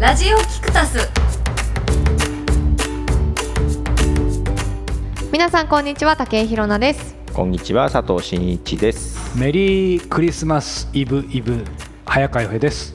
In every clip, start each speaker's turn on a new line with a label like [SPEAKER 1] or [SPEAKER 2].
[SPEAKER 1] ラジオキクタス
[SPEAKER 2] 皆さんこんにちは竹井ひろなです
[SPEAKER 3] こんにちは佐藤真一です。
[SPEAKER 4] メリークリスマスイブイブ早川洋平です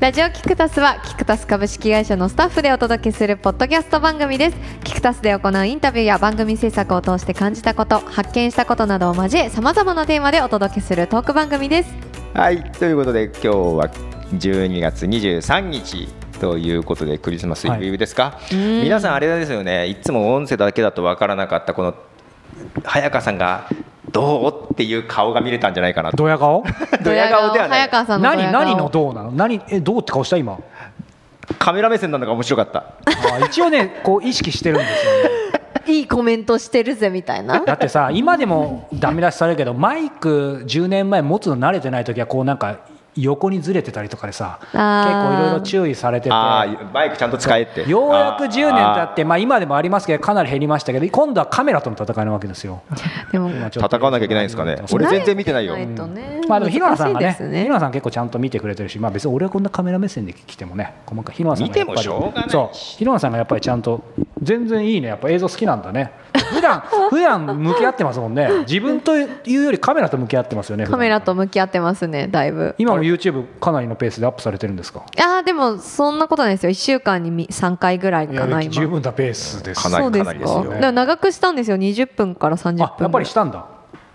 [SPEAKER 2] ラジオキクタスはキクタス株式会社のスタッフでお届けするポッドキャスト番組ですキクタスで行うインタビューや番組制作を通して感じたこと発見したことなどを交え様々なテーマでお届けするトーク番組です
[SPEAKER 3] はいということで今日は12月23日ということでクリスマスイブイブですか、
[SPEAKER 2] うん
[SPEAKER 3] 皆さんあれですよねいつも音声だけだとわからなかったこの早川さんがどうっていう顔が見れたんじゃないかなと
[SPEAKER 4] ドヤ顔
[SPEAKER 3] ドヤ顔ではな
[SPEAKER 2] 早
[SPEAKER 3] い
[SPEAKER 2] 川さんのド
[SPEAKER 4] 何
[SPEAKER 2] ヤ顔
[SPEAKER 4] 何のどうなの何えどうって顔した今
[SPEAKER 3] カメラ目線なのが面白かった
[SPEAKER 4] あ一応ね こう意識してるんですよ、ね、
[SPEAKER 2] いいコメントしてるぜみたいな
[SPEAKER 4] だってさ今でもダメ出しされるけどマイク10年前持つの慣れてない時はこうなんか横にずれてたりとかでさ結
[SPEAKER 2] あー
[SPEAKER 4] 構いろいろ注意されてて
[SPEAKER 3] あーバイクちゃんと使えって
[SPEAKER 4] ようやく10年経っ
[SPEAKER 3] あ
[SPEAKER 4] てまあ今でもありますけどかなり減りましたけど今度はカメラとの戦いなわけですよ
[SPEAKER 2] でも
[SPEAKER 4] 今ちょ
[SPEAKER 3] ー
[SPEAKER 4] っと
[SPEAKER 3] 戦わなきゃいけないんですかね俺全然見てないよ
[SPEAKER 2] 慣れないとね
[SPEAKER 4] まあでも日野さんが
[SPEAKER 2] 難
[SPEAKER 4] ね
[SPEAKER 2] しいで
[SPEAKER 4] 日
[SPEAKER 2] す
[SPEAKER 4] 野さん結構ちゃんと見てくれてるし、まあ、別に俺はこんなカメラ目線で来てもね細かい日野さんがやっぱり
[SPEAKER 3] 見てもしょうがないし
[SPEAKER 4] そう日野さんがやっぱりちゃんと全然いいねやっぱ映像好きなんだね 普段普段向き合ってますもんね自分というよりカメラと向き合ってますよね普段
[SPEAKER 2] カメラと向き合ってますねだいぶ
[SPEAKER 4] 今も YouTube かなりのペースでアップされてるんですか
[SPEAKER 2] あーでもそんなことないですよ1週間に3回ぐらいかな今
[SPEAKER 4] 十分なペースです
[SPEAKER 3] かなり
[SPEAKER 2] そうですか
[SPEAKER 3] かなりですよ
[SPEAKER 2] だから長くしたんですよ20分から30分
[SPEAKER 4] あやっぱりしたんだ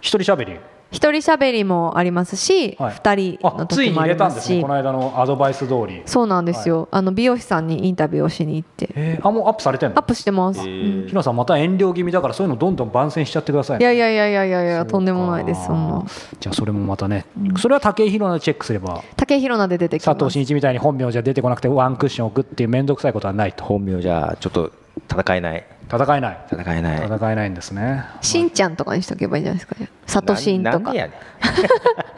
[SPEAKER 4] 一人喋り
[SPEAKER 2] 一人しゃべりもありますし、
[SPEAKER 4] はい
[SPEAKER 2] 二人の
[SPEAKER 4] あつい
[SPEAKER 2] 時
[SPEAKER 4] に
[SPEAKER 2] もあ
[SPEAKER 4] 入
[SPEAKER 2] り
[SPEAKER 4] れた
[SPEAKER 2] ま
[SPEAKER 4] んですすね
[SPEAKER 2] し
[SPEAKER 4] この間のアドバイス通り
[SPEAKER 2] そうなんですよ、あの美容師さんにインタビューをしに行って
[SPEAKER 4] えーあもうアップされてん
[SPEAKER 2] アッ
[SPEAKER 4] の
[SPEAKER 2] プしてます、
[SPEAKER 3] え
[SPEAKER 2] うん
[SPEAKER 3] ー
[SPEAKER 4] 日野さんまた遠慮気味だからそういうのどんどん番宣しちゃってください
[SPEAKER 2] い
[SPEAKER 4] ね
[SPEAKER 2] やいやいやいやいやい
[SPEAKER 4] そ
[SPEAKER 2] や
[SPEAKER 4] うか
[SPEAKER 2] とんでもないですそんな
[SPEAKER 4] じゃあそれもまたね、それは武井宏奈でチェックすれば
[SPEAKER 2] 竹広菜で出てき
[SPEAKER 4] 佐
[SPEAKER 2] ま
[SPEAKER 4] 藤
[SPEAKER 2] す
[SPEAKER 4] 真一みたいに本名じゃ出てこなくてワンクッション置くっていう面倒くさいことはないと
[SPEAKER 3] 本名じゃちょっと戦えない
[SPEAKER 4] 戦えない
[SPEAKER 3] 戦えない
[SPEAKER 4] 戦えないんですね
[SPEAKER 2] しんちゃんとかにしとけばいいんじゃないですかね佐藤しんと
[SPEAKER 3] なな
[SPEAKER 2] か
[SPEAKER 3] でやね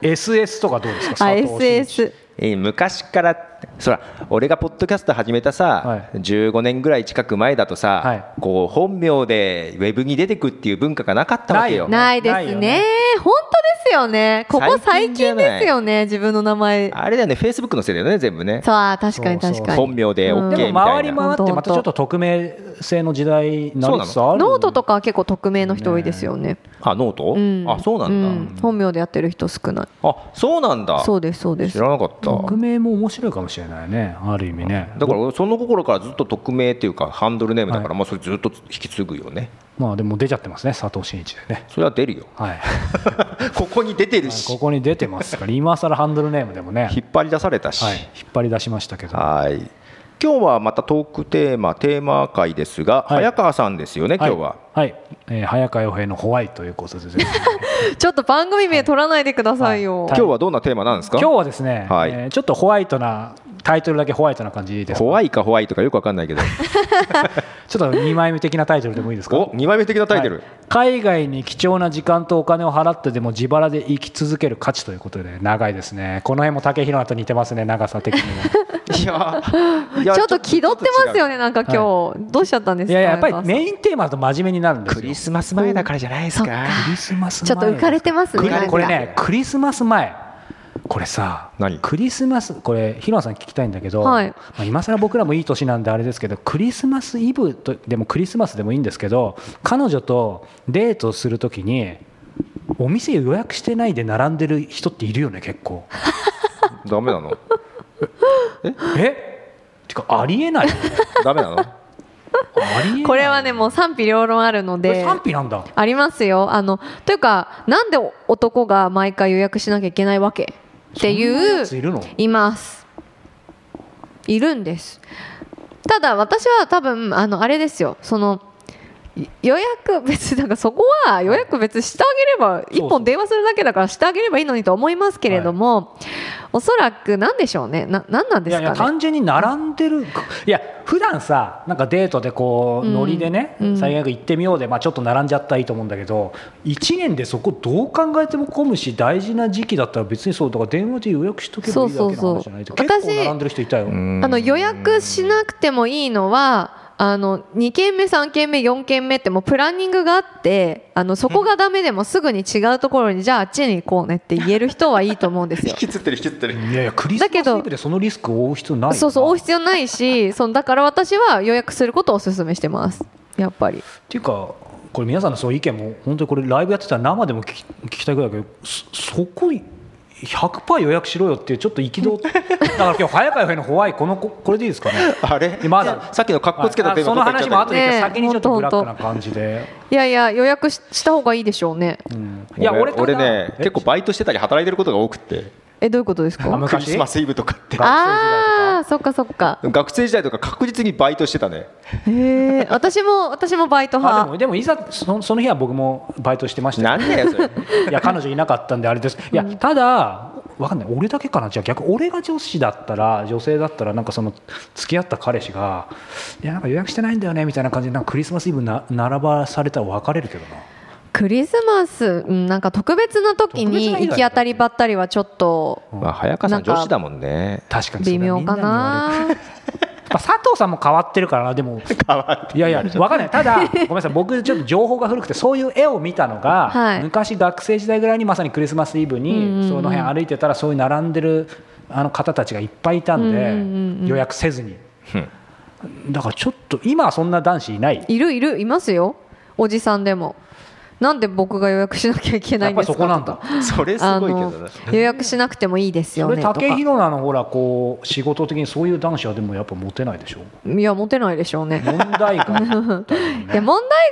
[SPEAKER 3] ん
[SPEAKER 4] SS とかどうですか
[SPEAKER 2] あ
[SPEAKER 4] 佐藤真一
[SPEAKER 2] SS
[SPEAKER 3] えー昔からそら俺がポッドキャスト始めたさ、
[SPEAKER 4] はい
[SPEAKER 3] 15年ぐらい近く前だとさ、
[SPEAKER 4] はい
[SPEAKER 3] こう本名でウェブに出てくっていう文化がなかったわけよ。
[SPEAKER 2] ないです
[SPEAKER 4] ない
[SPEAKER 2] ね
[SPEAKER 4] よね
[SPEAKER 2] 本当ですよねここ最
[SPEAKER 3] 最近じ
[SPEAKER 2] 近
[SPEAKER 3] ゃない
[SPEAKER 2] ですよね自分の名前
[SPEAKER 3] あれだよねフェイスブックのせいだよね全部ね
[SPEAKER 2] そうあー確かに
[SPEAKER 4] そう
[SPEAKER 2] 確
[SPEAKER 4] そう
[SPEAKER 2] かに
[SPEAKER 3] 本名で OK
[SPEAKER 2] うん
[SPEAKER 3] みた
[SPEAKER 4] で
[SPEAKER 3] い
[SPEAKER 4] も
[SPEAKER 3] な、
[SPEAKER 4] 回り回ってまたちょっと匿名性の時代になりつつある
[SPEAKER 2] ノートとかは結構匿名の人多いですよね
[SPEAKER 3] あノート、
[SPEAKER 2] うん
[SPEAKER 3] あそうなんだ、
[SPEAKER 2] うん本名でやってる人少ない
[SPEAKER 3] あそうなんだ
[SPEAKER 2] そうですそうで
[SPEAKER 3] 知
[SPEAKER 2] す
[SPEAKER 3] らなかった、
[SPEAKER 4] 匿名も面白いかもしれないねある意味ね
[SPEAKER 3] だから俺その心からずっと匿名っていうかハンドルネームだから、
[SPEAKER 4] は
[SPEAKER 3] まあそれずっと引き継ぐよね
[SPEAKER 4] まあでも出ちゃってますね佐藤真一でね
[SPEAKER 3] それは出 るよ
[SPEAKER 4] はい
[SPEAKER 3] ここに出てるし、
[SPEAKER 4] ここに出てますから今更ハンドルネームでもね
[SPEAKER 3] 引っ張り出されたし、
[SPEAKER 4] はい引っ張り出しましたけど
[SPEAKER 3] はい。今日はまたトークテーマテーマ会ですが、
[SPEAKER 4] はい
[SPEAKER 3] 早川さんですよね今日は、
[SPEAKER 4] はい、はいえー早川洋平のホワイということでですね
[SPEAKER 2] ちょっと番組名取らないでくださいよ、
[SPEAKER 4] は
[SPEAKER 3] 今日はどんなテーマなんですか
[SPEAKER 4] 今日はですね、
[SPEAKER 3] はい
[SPEAKER 4] えーちょっとホワイトなタイトルだけホワイトな感じです
[SPEAKER 3] 怖いか怖いとかよくわかんないけど
[SPEAKER 4] ちょっと2枚目的なタイトルでもいいですか
[SPEAKER 3] お二枚目的なタイトル、
[SPEAKER 4] はい海外に貴重な時間とお金を払ってでも自腹で生き続ける価値ということで長いですねこの辺も竹広菜と似てますね長さ的に も
[SPEAKER 3] い、やーいや
[SPEAKER 2] ちょっと気取ってますよねなんか今日、どうしちゃったんです
[SPEAKER 4] い
[SPEAKER 2] か
[SPEAKER 4] やいややっぱり
[SPEAKER 2] ね
[SPEAKER 4] メインテーマだと真面目になるんですよ
[SPEAKER 3] クリスマス前だからじゃないです
[SPEAKER 2] そっ
[SPEAKER 3] か
[SPEAKER 4] クリスマス前
[SPEAKER 2] ちょっと浮かれてますね
[SPEAKER 4] クリ
[SPEAKER 2] なんか
[SPEAKER 4] これねクリスマス前これさ
[SPEAKER 3] 何
[SPEAKER 4] クリスマスこれヒロさん聞きたいんだけど、
[SPEAKER 2] はい
[SPEAKER 4] まあ、今更僕らもいい年なんであれですけどクリスマスイブとでもクリスマスでもいいんですけど彼女とデートするときにお店予約してないで並んでる人っているよね結構
[SPEAKER 3] ダメなの
[SPEAKER 4] えってかありえないよね
[SPEAKER 3] ダメなの
[SPEAKER 4] ありえな い
[SPEAKER 2] これはねもう賛否両論あるの
[SPEAKER 4] これ
[SPEAKER 2] で
[SPEAKER 4] 賛否なんだ
[SPEAKER 2] ありますよあのというかなんで男が毎回予約しなきゃいけないわけってい
[SPEAKER 4] そんな
[SPEAKER 2] う
[SPEAKER 4] やついるの
[SPEAKER 2] いますいるんですただ私は多分あのあれですよそのい予約別になんかそこは予約別にしてあげれば
[SPEAKER 4] そう
[SPEAKER 2] 一本電話するだけだからしてあげればいいのにと思いますけれども、おそらくなんでしょうねななんなんで
[SPEAKER 4] い
[SPEAKER 2] す
[SPEAKER 4] や
[SPEAKER 2] か
[SPEAKER 4] い
[SPEAKER 2] ね
[SPEAKER 4] や単純に並んでるいや普段さなんかデートでこう
[SPEAKER 2] うん
[SPEAKER 4] ノリでね、
[SPEAKER 2] うん
[SPEAKER 4] 最悪行ってみようで、まあ、ちょっと並んじゃったらいいと思うんだけど1年でそこどう考えても混むし大事な時期だったら別にそうだから電話で予約しとけばいいだけの話じゃないと
[SPEAKER 2] そうそうそう
[SPEAKER 4] 結構並んでる人いたよ、
[SPEAKER 3] うん
[SPEAKER 2] あの予約しなくてもいいのはあの2軒目3軒目4軒目ってもうプランニングがあってあのそこがダメでもすぐに違うところにじゃああっちに行こうねって言える人はいいと思うんです
[SPEAKER 3] 引
[SPEAKER 2] よ。
[SPEAKER 3] きつってる引きつってる
[SPEAKER 4] いやいやクリスマスイ
[SPEAKER 2] だけど
[SPEAKER 4] ブでそのリスクを負う必要ないよな
[SPEAKER 2] そうそう追う必要ないしそのだから私は予約することをお勧めしてますやっぱり
[SPEAKER 4] っていうかこれ皆さんのそういう意見も本当にこれライブやってたら生でも聞き聞きたいぐらいだけどそそこ100%予約しろよっていうちょっと憤っだから今日早川へのホワイこのここれでいいですかね
[SPEAKER 3] あれ
[SPEAKER 4] まだ
[SPEAKER 3] さっきの 格好つけた
[SPEAKER 4] はいあその話も後で
[SPEAKER 2] ねえ
[SPEAKER 4] 先にちょっとブラック
[SPEAKER 2] ほ
[SPEAKER 4] な
[SPEAKER 2] ん
[SPEAKER 4] 感じで、
[SPEAKER 2] いやいや予約しした方がいいでしょうね
[SPEAKER 4] うん
[SPEAKER 3] いや俺俺ね
[SPEAKER 4] え
[SPEAKER 3] 結構バイトしてたり働いてることが多くて
[SPEAKER 2] えどういうことです
[SPEAKER 4] あ
[SPEAKER 2] か
[SPEAKER 4] 昔
[SPEAKER 3] クリスマスイブとかって
[SPEAKER 4] 学生時代とか
[SPEAKER 2] ああーそっかそっか
[SPEAKER 3] 学生時代とか確実にバイトしてたね
[SPEAKER 2] へえ私も私もバイト
[SPEAKER 4] あで
[SPEAKER 2] 派
[SPEAKER 4] もでもいざそその日は僕もバイトしてましたよ
[SPEAKER 3] なんだよそれ
[SPEAKER 4] いや彼女いなかったんであれですいやただわかんない俺だけかなじゃあ逆俺が女子だったら女性だったらなんかその付き合った彼氏がいやなんか予約してないんだよねみたいな感じでなんかクリスマスイブな並ばされたら別れるけどな
[SPEAKER 2] クリスマスうんなんか特別な時
[SPEAKER 4] 特別
[SPEAKER 2] に
[SPEAKER 4] な日
[SPEAKER 2] 行
[SPEAKER 4] だよ
[SPEAKER 2] き当たりばったりはちょっと
[SPEAKER 3] まあ早川
[SPEAKER 2] な
[SPEAKER 3] さん
[SPEAKER 2] んか
[SPEAKER 3] 女子だもんね
[SPEAKER 4] 確かにそれ
[SPEAKER 2] 微妙
[SPEAKER 4] はみんな
[SPEAKER 2] か
[SPEAKER 4] に言われる
[SPEAKER 2] な
[SPEAKER 4] やっぱ佐藤さんも変わってるからなでも
[SPEAKER 3] 変わって
[SPEAKER 4] いやいやわかんないただごめんなさい僕ちょっと情報が古くてそういう絵を見たのが、
[SPEAKER 2] はい
[SPEAKER 4] 昔学生時代ぐらいにまさにクリスマスイブ
[SPEAKER 2] うんうんうん
[SPEAKER 4] にその辺歩いてたらそういう並んでるあの方たちがいっぱいいたんで、
[SPEAKER 2] うんうんうん
[SPEAKER 4] 予約せずに
[SPEAKER 3] うん
[SPEAKER 4] だからちょっと今はそんな男子いない
[SPEAKER 2] いるいるいますよおじさんでもなんで僕が予約しなきゃいけな
[SPEAKER 4] や
[SPEAKER 2] い
[SPEAKER 4] っ
[SPEAKER 2] ん
[SPEAKER 4] ぱ
[SPEAKER 2] で
[SPEAKER 4] り
[SPEAKER 2] すか
[SPEAKER 4] そこなんだ
[SPEAKER 3] それす
[SPEAKER 2] あ
[SPEAKER 3] ごいけど
[SPEAKER 2] の
[SPEAKER 3] な
[SPEAKER 2] 予約しなくてもいいです
[SPEAKER 4] そ
[SPEAKER 2] よ
[SPEAKER 4] れ
[SPEAKER 2] ねとか
[SPEAKER 4] 武井宏奈のほらこう仕事的にそういう男子はでもやっぱモテないでしょ
[SPEAKER 2] いやモテないでしょうね
[SPEAKER 4] 問題
[SPEAKER 2] い
[SPEAKER 4] が
[SPEAKER 2] や問題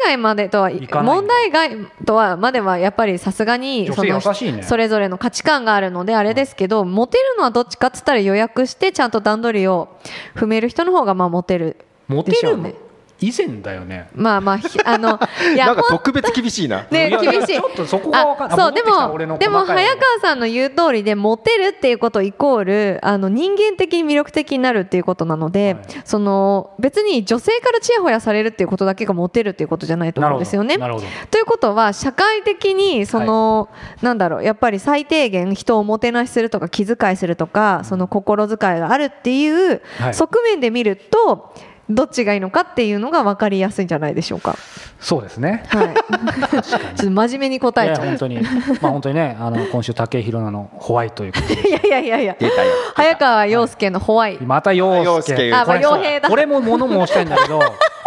[SPEAKER 2] 外までとはい
[SPEAKER 4] いかない
[SPEAKER 2] 問題外とはまではやっぱりさすがに
[SPEAKER 4] 女
[SPEAKER 2] そ
[SPEAKER 4] 性
[SPEAKER 2] の
[SPEAKER 4] 優しいね
[SPEAKER 2] それぞれの価値観があるのであれですけど、モテるのはどっちかっつったら予約してちゃんと段取りを踏める人の方がまあモテる
[SPEAKER 4] モ
[SPEAKER 2] で
[SPEAKER 4] テ
[SPEAKER 2] しょ
[SPEAKER 4] る
[SPEAKER 2] うね。
[SPEAKER 4] 以前だよね
[SPEAKER 2] まあまあひあ のいや
[SPEAKER 3] なんか
[SPEAKER 2] ほん
[SPEAKER 3] 特別厳しいな
[SPEAKER 2] ね
[SPEAKER 4] いやいや
[SPEAKER 2] 厳しい
[SPEAKER 4] ちょっとそこが分かん
[SPEAKER 2] あ
[SPEAKER 4] ない
[SPEAKER 2] そうで
[SPEAKER 4] 戻ってきた俺
[SPEAKER 2] も
[SPEAKER 4] の
[SPEAKER 2] でも
[SPEAKER 4] 細かい
[SPEAKER 2] 早川さんの言う通りでモテるっていうことイコールあの人間的に魅力的になるっていうことなので、
[SPEAKER 4] はい
[SPEAKER 2] その別に女性からちやほやされるっていうことだけがモテるっていうことじゃないと
[SPEAKER 4] なる
[SPEAKER 2] 思う
[SPEAKER 4] ほ
[SPEAKER 2] ん
[SPEAKER 4] ど
[SPEAKER 2] ですよね。
[SPEAKER 4] なるほど
[SPEAKER 2] ということは社会的にその、なんだろうやっぱり最低限人をもてなしするとか気遣いするとかその心遣いがあるっていう
[SPEAKER 4] はい
[SPEAKER 2] 側面で見ると、どっちがいいのかっていうのが分かりやすいんじゃないでしょうか。
[SPEAKER 4] そうですね
[SPEAKER 2] はい、 ちょっと真面目に答
[SPEAKER 4] い
[SPEAKER 2] え
[SPEAKER 4] や
[SPEAKER 2] ちゃう。
[SPEAKER 4] 本当に、まあ、本当にね、あの今週、武井宏奈のホワイトということで、
[SPEAKER 2] いやいやいやいや。
[SPEAKER 3] 出たよ
[SPEAKER 2] 早川洋介のホワイ。
[SPEAKER 4] また洋介、
[SPEAKER 3] あまあ
[SPEAKER 4] これそう
[SPEAKER 2] 洋平だ
[SPEAKER 4] 俺も物申したいんだけど、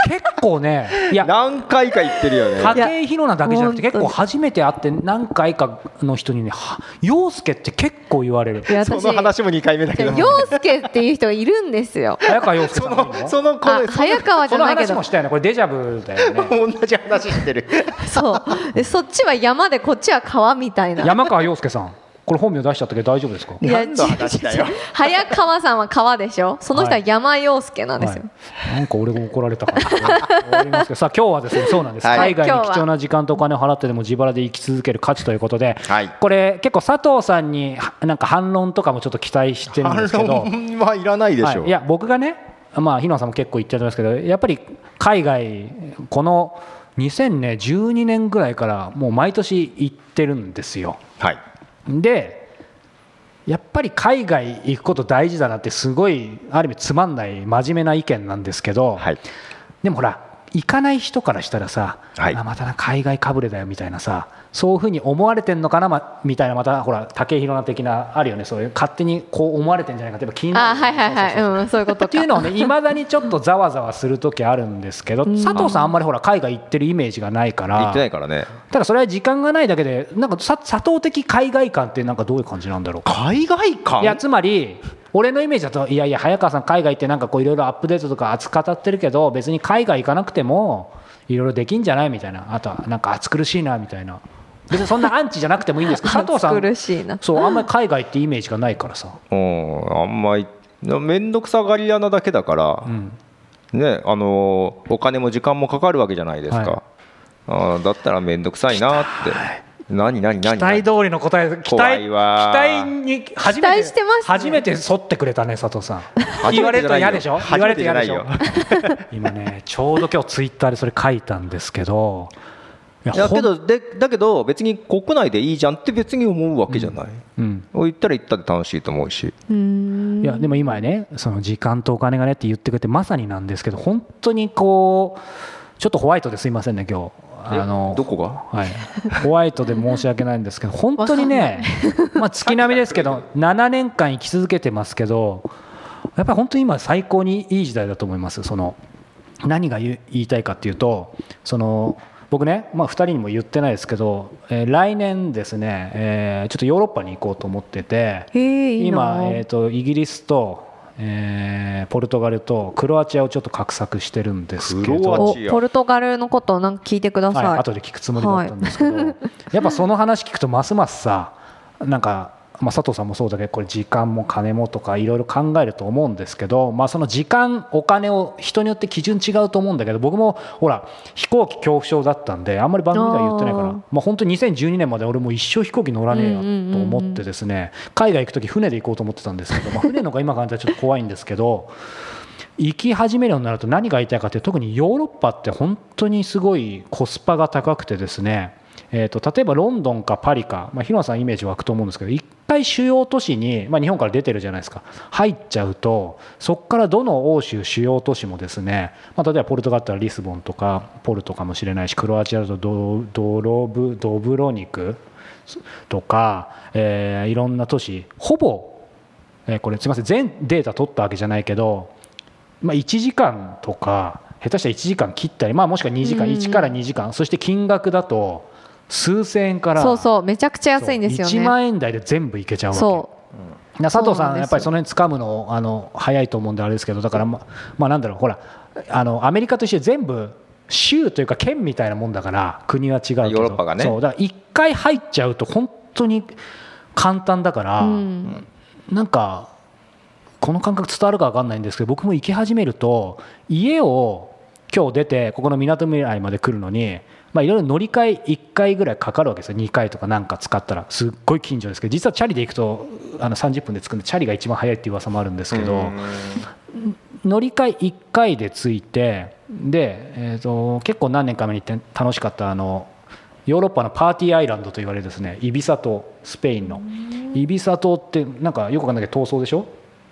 [SPEAKER 4] 結構ね、いや、
[SPEAKER 3] 何回か言ってるよね
[SPEAKER 2] いや
[SPEAKER 4] 武井宏奈だけじゃなく
[SPEAKER 2] 本当
[SPEAKER 4] て、結
[SPEAKER 2] に
[SPEAKER 4] 構初めて会って、何回かの人にね、は洋介って結構言われる
[SPEAKER 2] い、や
[SPEAKER 3] そ
[SPEAKER 2] 私、
[SPEAKER 3] の話も2回目だけど
[SPEAKER 2] 洋介っていう人がいるんですよ。
[SPEAKER 4] 早川洋 介さ
[SPEAKER 3] そ
[SPEAKER 4] んもいい
[SPEAKER 3] の
[SPEAKER 4] の
[SPEAKER 3] その
[SPEAKER 2] あ
[SPEAKER 3] 声、そ
[SPEAKER 2] 早川じ
[SPEAKER 4] こ
[SPEAKER 2] ゃ
[SPEAKER 4] の
[SPEAKER 2] ないけ
[SPEAKER 4] 話
[SPEAKER 2] ど
[SPEAKER 4] も。したよね、これ、デジャブだよね。
[SPEAKER 3] の同じ話してる
[SPEAKER 2] そう。でそっちは山で、こっちは川みたいな。
[SPEAKER 4] 山川洋介さん、これ、本名出しちゃったけど、大丈夫ですか
[SPEAKER 2] いや
[SPEAKER 3] 何の話だよ
[SPEAKER 2] 違う違う違う早川さんは川でしょその人は山洋介なんですよ、
[SPEAKER 4] はい、なんか俺が怒られたから終わりますけどさあ今日はですねそうなんです、
[SPEAKER 3] はい
[SPEAKER 4] 海外
[SPEAKER 2] 今
[SPEAKER 4] に
[SPEAKER 2] 日は
[SPEAKER 4] 貴重な時間とお金を払ってでも自腹で生き続ける価値ということで、
[SPEAKER 3] はい
[SPEAKER 4] これ結構佐藤さんにはなんか反論とかもちょっと期待してるんですけど、
[SPEAKER 3] 反論はいらないでしょ
[SPEAKER 4] はい、いや僕がねまあ日野さんも結構言ってると思いますけどやっぱり海外この2012年ぐらいからもう毎年行ってるんですよ。
[SPEAKER 3] はい
[SPEAKER 4] でやっぱり海外行くこと大事だなってすごいある意味つまんない真面目な意見なんですけど、
[SPEAKER 3] はい
[SPEAKER 4] でもほら行かない人からしたらさ、
[SPEAKER 3] はい
[SPEAKER 4] あまたな海外かぶれだよみたいなさそういうふうに思われてんのかな、ま、みたいなまたほら武井宏奈的なあるよねそういう勝手にこう思われてんじゃないかってやっぱ気にな
[SPEAKER 2] あ
[SPEAKER 4] る
[SPEAKER 2] はいはいはい
[SPEAKER 4] そうそうそう
[SPEAKER 2] うんそういうことか
[SPEAKER 4] っていうのはねいまだにちょっとざわざわする時あるんですけど、佐藤さんあんまりほら海外行ってるイメージがないから
[SPEAKER 3] 言ってないからね
[SPEAKER 4] ただそれは時間がないだけでなんかさ佐藤的海外観ってなんかどういう感じなんだろうか
[SPEAKER 3] 海外
[SPEAKER 4] いや
[SPEAKER 3] 感
[SPEAKER 4] つまり俺のイメージだといやいや早川さん海外ってなんかこういろいろアップデートとか熱く語ってるけど別に海外行かなくてもいろいろできんじゃないみたいなあとはなんか暑苦しいなみたいな別にそんなアンチじゃなくてもいいんです けど佐藤さ
[SPEAKER 2] 苦
[SPEAKER 4] ん
[SPEAKER 2] しいな
[SPEAKER 4] そうあんまり海外ってイメージがないからさ、
[SPEAKER 3] うんあんまり面倒くさがり屋なだけだから
[SPEAKER 4] うん、
[SPEAKER 3] ねあのお金も時間もかかるわけじゃないですか、
[SPEAKER 4] はい
[SPEAKER 3] あーだったら面倒くさいなって何何
[SPEAKER 4] 期
[SPEAKER 3] 何
[SPEAKER 4] 待
[SPEAKER 3] 何
[SPEAKER 4] 通りの答え期
[SPEAKER 3] 怖
[SPEAKER 4] 待
[SPEAKER 3] い
[SPEAKER 4] 期
[SPEAKER 3] わ
[SPEAKER 4] 待に初めて
[SPEAKER 2] 期待してますね
[SPEAKER 4] 初めて沿ってくれたね佐藤さ ん
[SPEAKER 3] 初めて
[SPEAKER 4] 言われると嫌でしょ言
[SPEAKER 3] 初
[SPEAKER 4] わ
[SPEAKER 3] め
[SPEAKER 4] れる
[SPEAKER 3] て
[SPEAKER 4] と
[SPEAKER 3] じゃ
[SPEAKER 4] 嫌
[SPEAKER 3] な
[SPEAKER 4] で
[SPEAKER 3] い
[SPEAKER 4] しょ
[SPEAKER 3] よ
[SPEAKER 4] 今ねちょうど今日ツイッターでそれ書いたんですけどいや
[SPEAKER 3] だけ
[SPEAKER 4] ほん
[SPEAKER 3] どでだけど別に国内でいいじゃんって別に思うわけじゃない、
[SPEAKER 4] うん
[SPEAKER 3] 行ったら行ったで楽しいと思うし
[SPEAKER 2] うーん
[SPEAKER 4] いやでも今ねその時間とお金がねって言ってくれてまさになんですけど本当にこうちょっとホワイトですいませんね今日あの
[SPEAKER 3] どこが
[SPEAKER 4] はい、ホワイトで申し訳ない んですけど本当にね、まあ、月並みですけど7年間生き続けてますけどやっぱり本当に今最高にいい時代だと思いますその何が言う言いたいかっていうとその僕ね、まあ、2人にも言ってないですけど、えー来年ですね、えーちょっとヨーロッパに行こうと思ってて。
[SPEAKER 2] えー、いいな
[SPEAKER 4] 今、えー、とイギリスと、えーポルトガルとクロアチアをちょっと画策してるんですけ
[SPEAKER 3] クロア
[SPEAKER 4] ど、
[SPEAKER 2] お
[SPEAKER 3] チア
[SPEAKER 2] ポルトガルのことなんか聞いてください、
[SPEAKER 4] はい、後で聞くつもりだったんですけど、 やっぱその話聞くとますますさなんか、まあ、佐藤さんもそうだけどこれ時間も金もとかいろいろ考えると思うんですけど、まあ、その時間お金を人によって基準違うと思うんだけど僕もほら飛行機恐怖症だったんであんまり番組では言ってないから
[SPEAKER 2] あー
[SPEAKER 4] まあ、本当に2012年まで俺もう一生飛行機乗らねえやと思ってですね、海外行く時船で行こうと思ってたんですけど、まあ、船の方が今感じたらちょっと怖いんですけど。行き始めるようになると何が言いたいかって特にヨーロッパって本当にすごいコスパが高くてですね、えー、と例えばロンドンかパリか、まあ、広野さんイメージ湧くと思うんですけど一回主要都市に、まあ、日本から出てるじゃないですか入っちゃうとそこからどの欧州主要都市もですね、まあ、例えばポルトガルだったらリスボンとかポルトかもしれないしクロアチアだとドドロブドブロニクとか、えーいろんな都市ほぼ、えーこれすみません全データ取ったわけじゃないけどまあ、1時間とか下手したら1時間切ったり、まあ、もしくは2時間、
[SPEAKER 2] うん
[SPEAKER 4] 1から2時間そして金額だと数千円から
[SPEAKER 2] そうそうめちゃくちゃ安いんですよ
[SPEAKER 4] そう1
[SPEAKER 2] ね
[SPEAKER 4] 万円台で全部いけちゃうわけ
[SPEAKER 2] そ
[SPEAKER 4] な佐藤
[SPEAKER 2] そ
[SPEAKER 4] さ
[SPEAKER 2] うなん
[SPEAKER 4] ん、
[SPEAKER 2] です
[SPEAKER 4] やっぱりその辺掴むのあの早いと思うんであれですけどだからままあなんだろうほらあのアメリカと一緒で全部州というか県みたいなもんだから国は違うけど
[SPEAKER 3] ヨーロッパがね
[SPEAKER 4] そうだから一回入っちゃうと本当に簡単だから、
[SPEAKER 2] う、うん、
[SPEAKER 4] なんかこの感覚伝わるか分かんないんですけど僕も行き始めると家を今日出てここのみなとみらいまで来るのにまあいろいろ乗り換え1回ぐらいかかるわけですよ2回とかなんか使ったらすっごい近所ですけど実はチャリで行くとあの30分で着くんでチャリが一番早いっていう噂もあるんですけど。
[SPEAKER 3] うん
[SPEAKER 4] 乗り換え1回で着いてで、えー、と結構何年か前に行って楽しかったあのヨーロッパのパーティーアイランドと言われるですねイビサ島スペインのイビサ島ってなんかよくわかんないけど遠そうでしょ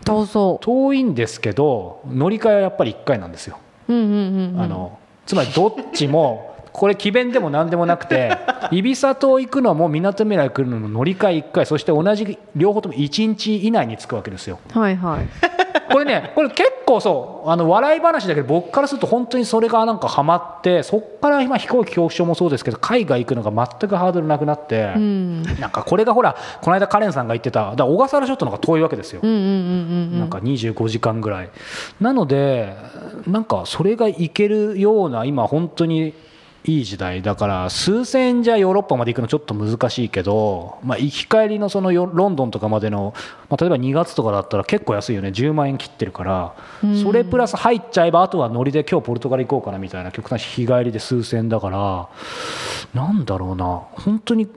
[SPEAKER 2] どうぞ
[SPEAKER 4] 遠いんですけど乗り換えはやっぱり1回なんですよ、
[SPEAKER 2] うんうんうんうん
[SPEAKER 4] あのつまりどっちもこれ詭弁でも何でもなく てイビサ島行くのもみなとみらい来るのも乗り換え1回そして同じ両方とも1日以内に着くわけですよ
[SPEAKER 2] はいはい
[SPEAKER 4] これね、これ結構そう、あの笑い話だけど、僕からすると本当にそれがなんかハマって、そこから今、飛行機恐怖症もそうですけど、海外行くのが全くハードルなくなって、
[SPEAKER 2] うん
[SPEAKER 4] なんかこれがほら、この間、カレンさんが言ってた、だから小笠原諸島の方が遠いわけですよ
[SPEAKER 2] うんう、んうんうんうん
[SPEAKER 4] なんか25時間ぐらい。なので、なんかそれが行けるような、今、本当に。いい時代だから数千円じゃヨーロッパまで行くのちょっと難しいけど、まあ、行き帰りのそのよロンドンとかまでの、まあ、例えば2月とかだったら結構安いよね10万円切ってるから
[SPEAKER 2] うん
[SPEAKER 4] それプラス入っちゃえばあとはノリで今日ポルトガル行こうかなみたいな極端に日帰りで数千だからなんだろうな本当に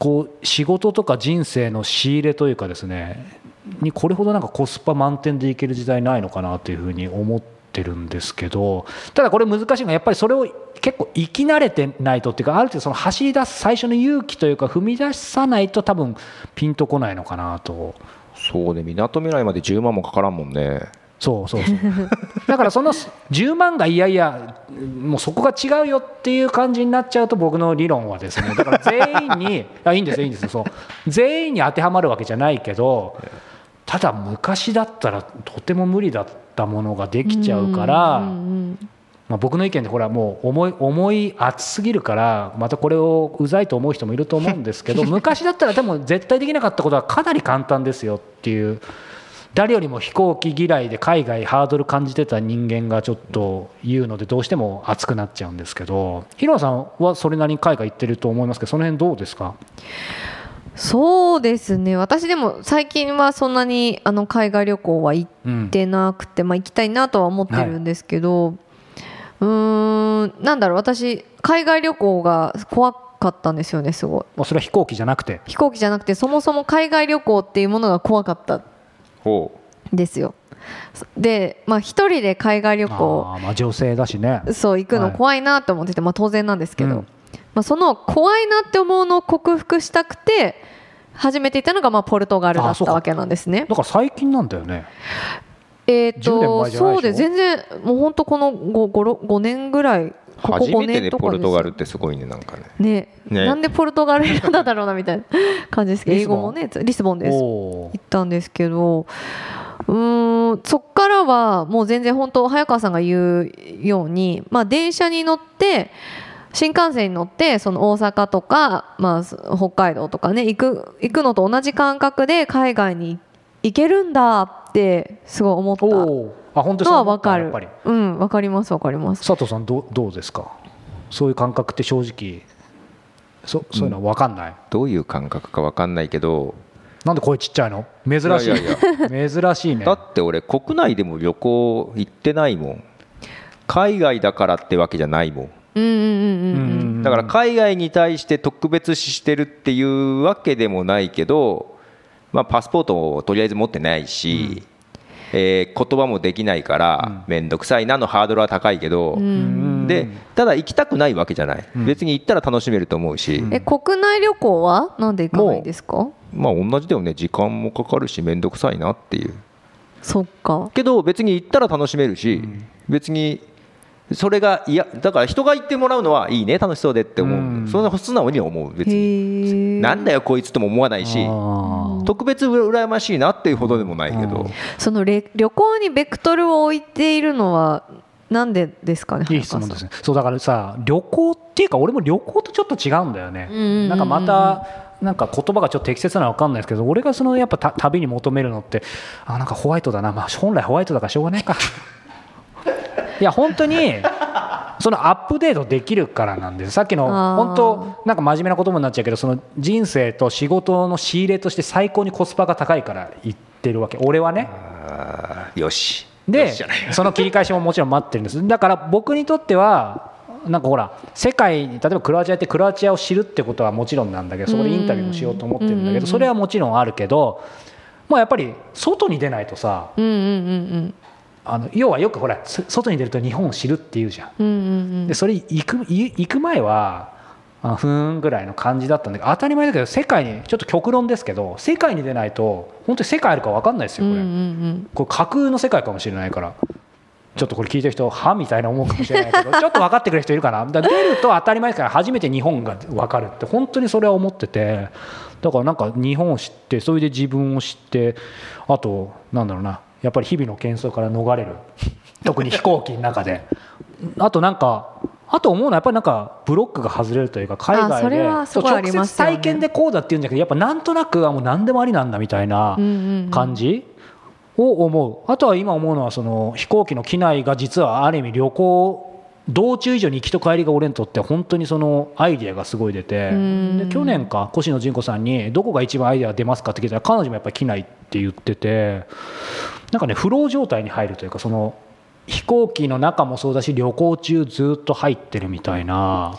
[SPEAKER 4] こう仕事とか人生の仕入れというかですねにこれほどなんかコスパ満点でいける時代ないのかなというふうに思ってるんですけどただこれ難しいのがやっぱりそれを結構生き慣れてないとっていうかある程度その走り出す最初の勇気というか踏み出さないと多分ピンとこないのかなと
[SPEAKER 3] そうねみなとみらいまで10万もかからんもんね
[SPEAKER 4] そうそうそうだからその10万がいやいやもうそこが違うよっていう感じになっちゃうと僕の理論はですねだから全員に あいいんですよいいんですよそう全員に当てはまるわけじゃないけどただ昔だったらとても無理だったものができちゃうから、
[SPEAKER 2] うんうん
[SPEAKER 4] まあ、僕の意見でこれはもう思い思い熱すぎるからまたこれをうざいと思う人もいると思うんですけ ど昔だったらでも絶対できなかったことはかなり簡単ですよっていう誰よりも飛行機嫌いで海外ハードル感じてた人間がちょっと言うのでどうしても熱くなっちゃうんですけどヒロさんはそれなりに海外行ってると思いますけどその辺どうですか
[SPEAKER 2] そうですね私でも最近はそんなにあの海外旅行は行ってなくて、まあ、行きたいなとは思ってるんですけど、うーんなんだろう私海外旅行が怖かったんですよねすごい
[SPEAKER 4] まあそれは飛行機じゃなくて
[SPEAKER 2] 飛行機じゃなくてそもそも海外旅行っていうものが怖かったん
[SPEAKER 3] ほ
[SPEAKER 2] ですよでまあ一人で海外旅行
[SPEAKER 4] あーまあ女性だしね
[SPEAKER 2] そう行くの
[SPEAKER 4] はい
[SPEAKER 2] 怖いなと思ってて、まあ、当然なんですけど、
[SPEAKER 4] うん
[SPEAKER 2] まあ、その怖いなって思うのを克服したくて始めていたのがまあポルトガルだ
[SPEAKER 4] あ
[SPEAKER 2] っ
[SPEAKER 4] そう
[SPEAKER 2] た
[SPEAKER 4] か
[SPEAKER 2] わけなんですね
[SPEAKER 4] だ。から最近なんだよね
[SPEAKER 2] えっ、
[SPEAKER 4] 10年
[SPEAKER 2] と
[SPEAKER 4] 前じゃない
[SPEAKER 2] そ
[SPEAKER 4] でしょ
[SPEAKER 2] うで全然もう本当この 5, 5, 5年ぐらいここ
[SPEAKER 3] 初
[SPEAKER 2] 5
[SPEAKER 3] めてね
[SPEAKER 2] 年と
[SPEAKER 3] ポ
[SPEAKER 2] か
[SPEAKER 3] ル
[SPEAKER 2] です
[SPEAKER 3] トガルってすごいねなんかね
[SPEAKER 2] ね
[SPEAKER 3] ね
[SPEAKER 2] なんでポルトガル選んだんだろうなみたいな感じですけど
[SPEAKER 4] リ
[SPEAKER 2] 英
[SPEAKER 4] スボン
[SPEAKER 2] 語もねリスボンです行
[SPEAKER 4] おー
[SPEAKER 2] ったんですけどうーんそっからはもう全然本当早川さんが言うように、まあ、電車に乗って新幹線に乗ってその大阪とか、まあ、北海道とかね行く行くのと同じ感覚で海外に行けるんだってすごい思ったの
[SPEAKER 4] おーあ本当にそう
[SPEAKER 2] は
[SPEAKER 4] 思っ
[SPEAKER 2] 分
[SPEAKER 4] た
[SPEAKER 2] か
[SPEAKER 4] やっ
[SPEAKER 2] る
[SPEAKER 4] ぱり
[SPEAKER 2] うん分かります分かります
[SPEAKER 4] 佐藤さんどうどうですかそういう感覚って正直そそういうのは分かんない、
[SPEAKER 3] どういう感覚かわかんないけど
[SPEAKER 4] なんで声ちっちゃいの珍しい
[SPEAKER 3] いやい
[SPEAKER 4] 珍しいね
[SPEAKER 3] だって俺国内でも旅行行ってないもん海外だからってわけじゃないもん
[SPEAKER 2] うんうんうんうんうん
[SPEAKER 3] だから海外に対して特別視してるっていうわけでもないけど、まあ、パスポートをとりあえず持ってないし、えー言葉もできないから面倒くさいなのハードルは高いけど、
[SPEAKER 4] うん
[SPEAKER 3] でただ行きたくないわけじゃない、
[SPEAKER 4] ん
[SPEAKER 3] 別に行ったら楽しめると思うし、
[SPEAKER 2] え国内旅行はなんで行かないんですか
[SPEAKER 3] まあ同じだよね時間もかかるし面倒くさいなっていう
[SPEAKER 2] そっか
[SPEAKER 3] けど別に行ったら楽しめるし、別にそれがいやだから人が行ってもらうのはいいね楽しそうでって思う、
[SPEAKER 4] うん
[SPEAKER 3] そんな素直には思う別に。
[SPEAKER 2] へえ
[SPEAKER 3] なんだよこいつとも思わないし
[SPEAKER 4] あ
[SPEAKER 3] 特別羨ましいなっていうほどでもないけど
[SPEAKER 2] そのれ旅行にベクトルを置いているのはなんでですかね
[SPEAKER 4] ーいい質問
[SPEAKER 2] 早川
[SPEAKER 4] です
[SPEAKER 2] さん
[SPEAKER 4] ねそうだからさ旅行っていうか俺も旅行とちょっと違うんだよね、
[SPEAKER 2] うんうんうんうん
[SPEAKER 4] なんかまたなんか言葉がちょっと適切なのは分かんないですけど俺がそのやっぱた旅に求めるのってあなんかホワイトだな、まあ、本来ホワイトだからしょう がないかいや本当にそのアップデートできるからなんですさっきの
[SPEAKER 2] あー
[SPEAKER 4] 本当なんか真面目なこともになっちゃうけどその人生と仕事の仕入れとして最高にコスパが高いから言ってるわけ俺はね
[SPEAKER 3] あーよしよ
[SPEAKER 4] で
[SPEAKER 3] しじゃない
[SPEAKER 4] その切り返しももちろん待ってるんですだから僕にとってはなんかほら世界に例えばクロアチア行ってクロアチアを知るってことはもちろんなんだけどそこでインタビューもしようと思ってるんだ
[SPEAKER 2] うんう
[SPEAKER 4] け
[SPEAKER 2] んう
[SPEAKER 4] ど
[SPEAKER 2] ん
[SPEAKER 4] それはもちろんあるけどまあやっぱり外に出ないとさ
[SPEAKER 2] うんうんうん
[SPEAKER 4] あの要はよくほらそ外に出ると日本を知るっていうじゃん
[SPEAKER 2] うんうんうん
[SPEAKER 4] でそれ行くい行く前はあふーんぐらいの感じだったんだけど当たり前だけど世界にちょっと極論ですけど世界に出ないと本当に世界あるか分かんないです
[SPEAKER 2] う
[SPEAKER 4] よ
[SPEAKER 2] んう
[SPEAKER 4] これ。
[SPEAKER 2] ん
[SPEAKER 4] これ架空の世界かもしれないからちょっとこれ聞いてる人はみたいな思うかもしれないけど ちょっと分かってくれる人いるかなだから出ると当たり前ですから初めて日本が分かるって本当にそれは思っててだからなんか日本を知ってそれで自分を知ってあとなんだろうなやっぱり日々の喧騒から逃れる 特に飛行機の中であとなんかあと思うのはやっぱりなんかブロックが外れるというか海
[SPEAKER 2] あ
[SPEAKER 4] 外
[SPEAKER 2] そ
[SPEAKER 4] で
[SPEAKER 2] れはすごいあ
[SPEAKER 4] 直
[SPEAKER 2] ります
[SPEAKER 4] 接
[SPEAKER 2] よね
[SPEAKER 4] 体験でこうだっていうんじゃなくてやっぱなんとなくあもう何でもありなんだみたいな
[SPEAKER 2] うんうんうん
[SPEAKER 4] 感じを思うあとは今思うのはその飛行機の機内が実はある意味旅行道中以上に行きと帰りが俺にとって本当にそのアイデアがすごい出て
[SPEAKER 2] うん
[SPEAKER 4] で去年か越野純子さんにどこが一番アイデア出ますかって聞いたら彼女もやっぱり機内って言っててなんかねフロー状態に入るというかその飛行機の中もそうだし旅行中ずっと入ってるみたいな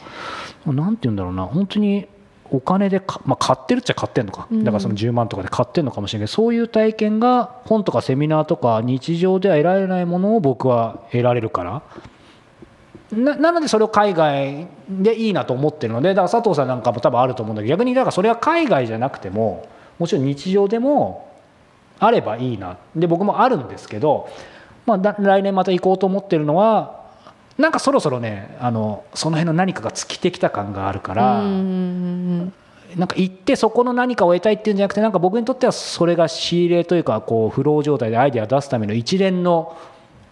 [SPEAKER 4] なんて言うんだろうな本当にお金でか、まあ、買ってるっちゃ買ってんのか
[SPEAKER 2] うん
[SPEAKER 4] だからその10万とかで買ってんのかもしれないけどそういう体験が本とかセミナーとか日常では得られないものを僕は得られるから。ななのでそれを海外でいいなと思ってるのでだから佐藤さんなんかも多分あると思うんだけど逆にだからそれは海外じゃなくてももちろん日常でもあればいいなで僕もあるんですけど、まあ、だ来年また行こうと思ってるのはなんかそろそろねあのその辺の何かが尽きてきた感があるか
[SPEAKER 2] う
[SPEAKER 4] ら、
[SPEAKER 2] ん
[SPEAKER 4] なんか行ってそこの何かを得たいっていうんじゃなくてなんか僕にとってはそれが仕入れというかこうフロー状態でアイデアを出すための一連の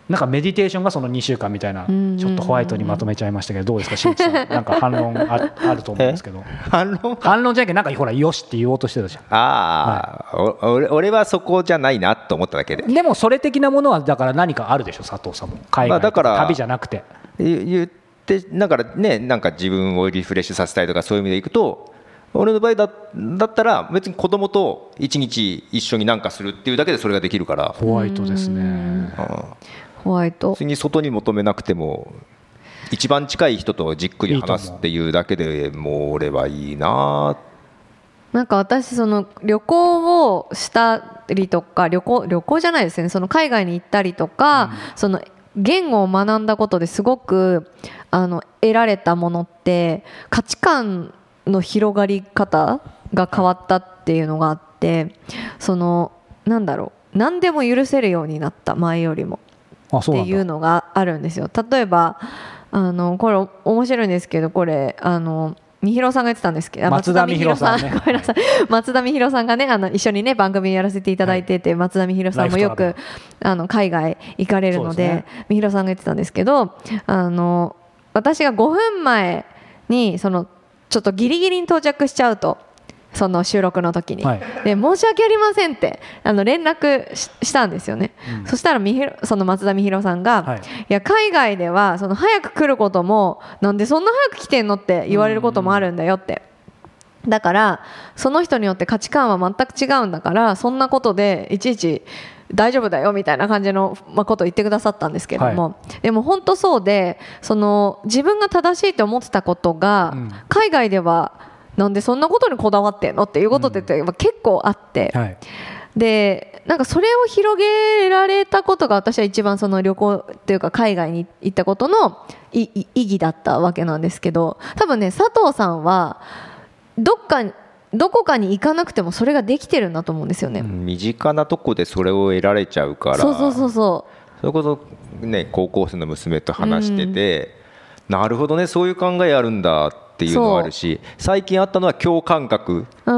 [SPEAKER 4] なんかメディテーションがその2週間みたいな
[SPEAKER 2] うんうんうんうん
[SPEAKER 4] ちょっとホワイトにまとめちゃいましたけどどうですか新内さんなんか反論ああると思うんですけど
[SPEAKER 3] 反論
[SPEAKER 4] 反論じゃなくてなんかほらよしって言おうとしてたじゃん
[SPEAKER 3] ああ、お俺俺はそこじゃないなと思っただけで
[SPEAKER 4] でもそれ的なものはだから何かあるでしょ佐藤さんも海
[SPEAKER 3] まあ
[SPEAKER 4] 外
[SPEAKER 3] だ
[SPEAKER 4] と
[SPEAKER 3] から
[SPEAKER 4] か旅じゃなくて
[SPEAKER 3] ゆ言ってだからねなんか自分をリフレッシュさせたいとかそういう意味でいくと俺の場合だだったら別に子供と一日一緒になんかするっていうだけでそれができるから、
[SPEAKER 4] ホワイトですね
[SPEAKER 3] うん
[SPEAKER 2] ホワイト
[SPEAKER 3] 別に外に求めなくても一番近い人とじっくり話すっていうだけでもう俺はいいな
[SPEAKER 2] なんか私その旅行をしたりとか旅行旅行じゃないですよねその海外に行ったりとか、その言語を学んだことですごくあの得られたものって価値観の広がり方が変わったっていうのがあってそのなんだろう何でも許せるようになった前よりも
[SPEAKER 4] あそう
[SPEAKER 2] って
[SPEAKER 4] ない
[SPEAKER 2] うん
[SPEAKER 4] だ
[SPEAKER 2] のがあるんですよ。例えばあのこれ面白いんですけどこれあの三弘さんが言ってたんですけどあ
[SPEAKER 4] 松田美弘さんね
[SPEAKER 2] 松田美弘ごめん なさい松田美弘さんがねあの一緒にね番組やらせていただいてて、松田美弘さんもよ
[SPEAKER 4] ライ
[SPEAKER 2] く
[SPEAKER 4] フ
[SPEAKER 2] あの海外行かれるの
[SPEAKER 4] そうで
[SPEAKER 2] で、
[SPEAKER 4] すね
[SPEAKER 2] 美弘さんが言ってたんですけどあの私が5分前にそのちょっとギリギリに到着しちゃうとその収録の時に、
[SPEAKER 4] はい
[SPEAKER 2] で申し訳ありませんってあの連絡ししたんですよね、
[SPEAKER 4] うん
[SPEAKER 2] そしたらみひろその松田美弘さんが、
[SPEAKER 4] はい
[SPEAKER 2] い、や海外ではその早く来ることもなんでそんな早く来てんのって言われることもあるんだよって。だからその人によって価値観は全く違うんだからそんなことでいちいち大丈夫だよみたいな感じの、まあ、ことを言ってくださったんですけども、でも本当そうでその自分が正しいと思ってたことが、
[SPEAKER 4] うん
[SPEAKER 2] 海外ではなんでそんなことにこだわってんのっていうことって結構あって、
[SPEAKER 4] はい
[SPEAKER 2] でなんかそれを広げられたことが私は一番その旅行というか海外に行ったことのいい意義だったわけなんですけど多分ね佐藤さんはどっかにどこかに行かなくてもそれができてるんだと思うんですよね。
[SPEAKER 3] 身近なとこでそれを得られちゃうから
[SPEAKER 2] そうそうそうそ
[SPEAKER 3] それこそ、ね、高校生の娘と話してて、なるほどねそういう考えあるんだっていうのがあるし最近あったのは共感覚
[SPEAKER 2] う。うー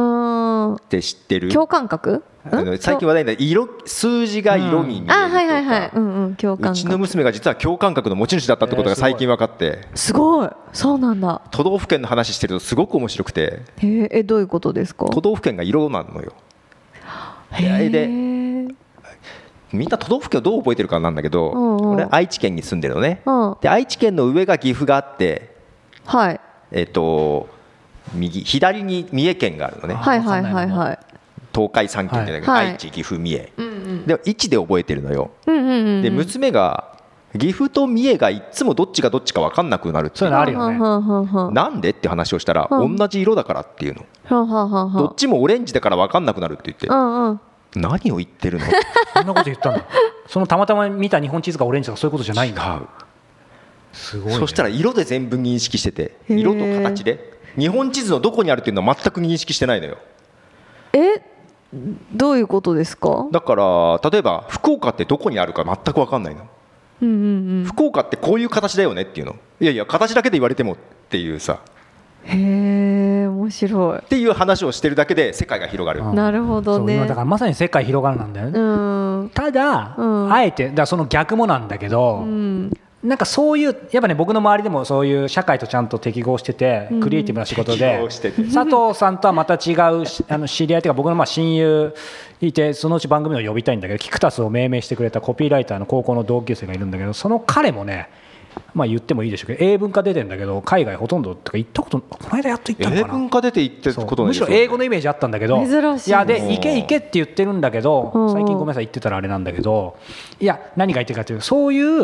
[SPEAKER 2] ん
[SPEAKER 3] って知ってる
[SPEAKER 2] 共感覚？
[SPEAKER 3] あの最近話題になった色数字が色に見えると
[SPEAKER 2] あはいはいはい。う
[SPEAKER 3] か
[SPEAKER 2] んうん共
[SPEAKER 3] う
[SPEAKER 2] 感
[SPEAKER 3] ちの
[SPEAKER 2] 覚。
[SPEAKER 3] 娘が実は共感覚の持ち主だったってこと
[SPEAKER 4] え
[SPEAKER 3] が
[SPEAKER 4] ーすごい
[SPEAKER 3] 最近分かって
[SPEAKER 2] すごい。そうなんだ。
[SPEAKER 3] 都道府県の話してるとすごく面白くて
[SPEAKER 2] へーえどういうことですか？
[SPEAKER 3] 都道府県が色なのよ
[SPEAKER 2] へ
[SPEAKER 3] で
[SPEAKER 2] ー
[SPEAKER 3] みんな都道府県をどう覚えてるかなんだけど
[SPEAKER 2] うんうん
[SPEAKER 3] 俺愛知県に住んでるのね
[SPEAKER 2] うん
[SPEAKER 3] で愛知県の上が岐阜があって
[SPEAKER 2] はい
[SPEAKER 3] えっと右左に三重県があるのね
[SPEAKER 2] はいはいはいはい。
[SPEAKER 3] 東海三県って言うんだけど
[SPEAKER 2] はい
[SPEAKER 3] 愛知岐阜三重
[SPEAKER 2] うんうん
[SPEAKER 3] で位置で覚えてるのよ
[SPEAKER 2] うんうんうん。
[SPEAKER 3] で娘が岐阜と三重がいっつもどっちがどっちか分かんなくなるって
[SPEAKER 4] そう
[SPEAKER 3] い
[SPEAKER 4] いううのあるよ
[SPEAKER 2] はん
[SPEAKER 4] ね
[SPEAKER 2] はんはんはん
[SPEAKER 3] なんでって話をしたら
[SPEAKER 2] うん
[SPEAKER 3] 同じ色だからっていうの
[SPEAKER 2] はんはんはんはん
[SPEAKER 3] どっちもオレンジだから分かんなくなるって言って
[SPEAKER 2] うんうん。
[SPEAKER 3] 何を言って るの違
[SPEAKER 4] そんなこと言ったんだそのたまたま見た日本地図がオレンジとかそういうことじゃないんだ
[SPEAKER 3] う
[SPEAKER 4] すごいね
[SPEAKER 3] そしたら色で全部認識してて
[SPEAKER 2] へー
[SPEAKER 3] 色と形で日本地図のどこにあるっていうのは全く認識してないのよ
[SPEAKER 2] え、どういうことですか？
[SPEAKER 3] だから例えば福岡ってどこにあるか全く分かんないの
[SPEAKER 2] うんうん
[SPEAKER 3] 福岡ってこういう形だよねっていうのいやいや形だけで言われてもっていうさ
[SPEAKER 2] うん。へえ、面白
[SPEAKER 3] っていう話をしてるだけで世界が広がる
[SPEAKER 4] うん
[SPEAKER 2] い。なるほど
[SPEAKER 4] そう今
[SPEAKER 2] ね
[SPEAKER 4] だ。からまさに世界広がるなんだよ
[SPEAKER 2] う
[SPEAKER 4] ね
[SPEAKER 2] ん。
[SPEAKER 4] ただ
[SPEAKER 2] うん
[SPEAKER 4] あえてだからその逆もなんだけど
[SPEAKER 2] うん。
[SPEAKER 4] なんかそういうやっぱね僕の周りでもそういう社会とちゃんと適合してて
[SPEAKER 2] うん
[SPEAKER 4] クリエイティブな仕事で
[SPEAKER 3] 適合してて
[SPEAKER 4] 佐藤さんとはまた違うしあの知り合いというか僕のまあ親友いてそのうち番組を呼びたいんだけどキクタスを命名してくれたコピーライターの高校の同級生がいるんだけどその彼もねまあ言ってもいいでしょうけど英文化出てんだけど海外ほとんどとか行ったことこの間やっと行ったの
[SPEAKER 3] 英
[SPEAKER 4] かな
[SPEAKER 3] 文化出ていってる
[SPEAKER 4] そう
[SPEAKER 3] こと
[SPEAKER 4] むしろ英語
[SPEAKER 3] の
[SPEAKER 4] のイメージあったんだけど
[SPEAKER 2] 珍しい
[SPEAKER 4] や
[SPEAKER 3] うん
[SPEAKER 4] で行け行けって言ってるんだけど
[SPEAKER 2] うんうん
[SPEAKER 4] 最近ごめんなさい言ってたらあれなんだけどいや何が言ってるかというとそういう、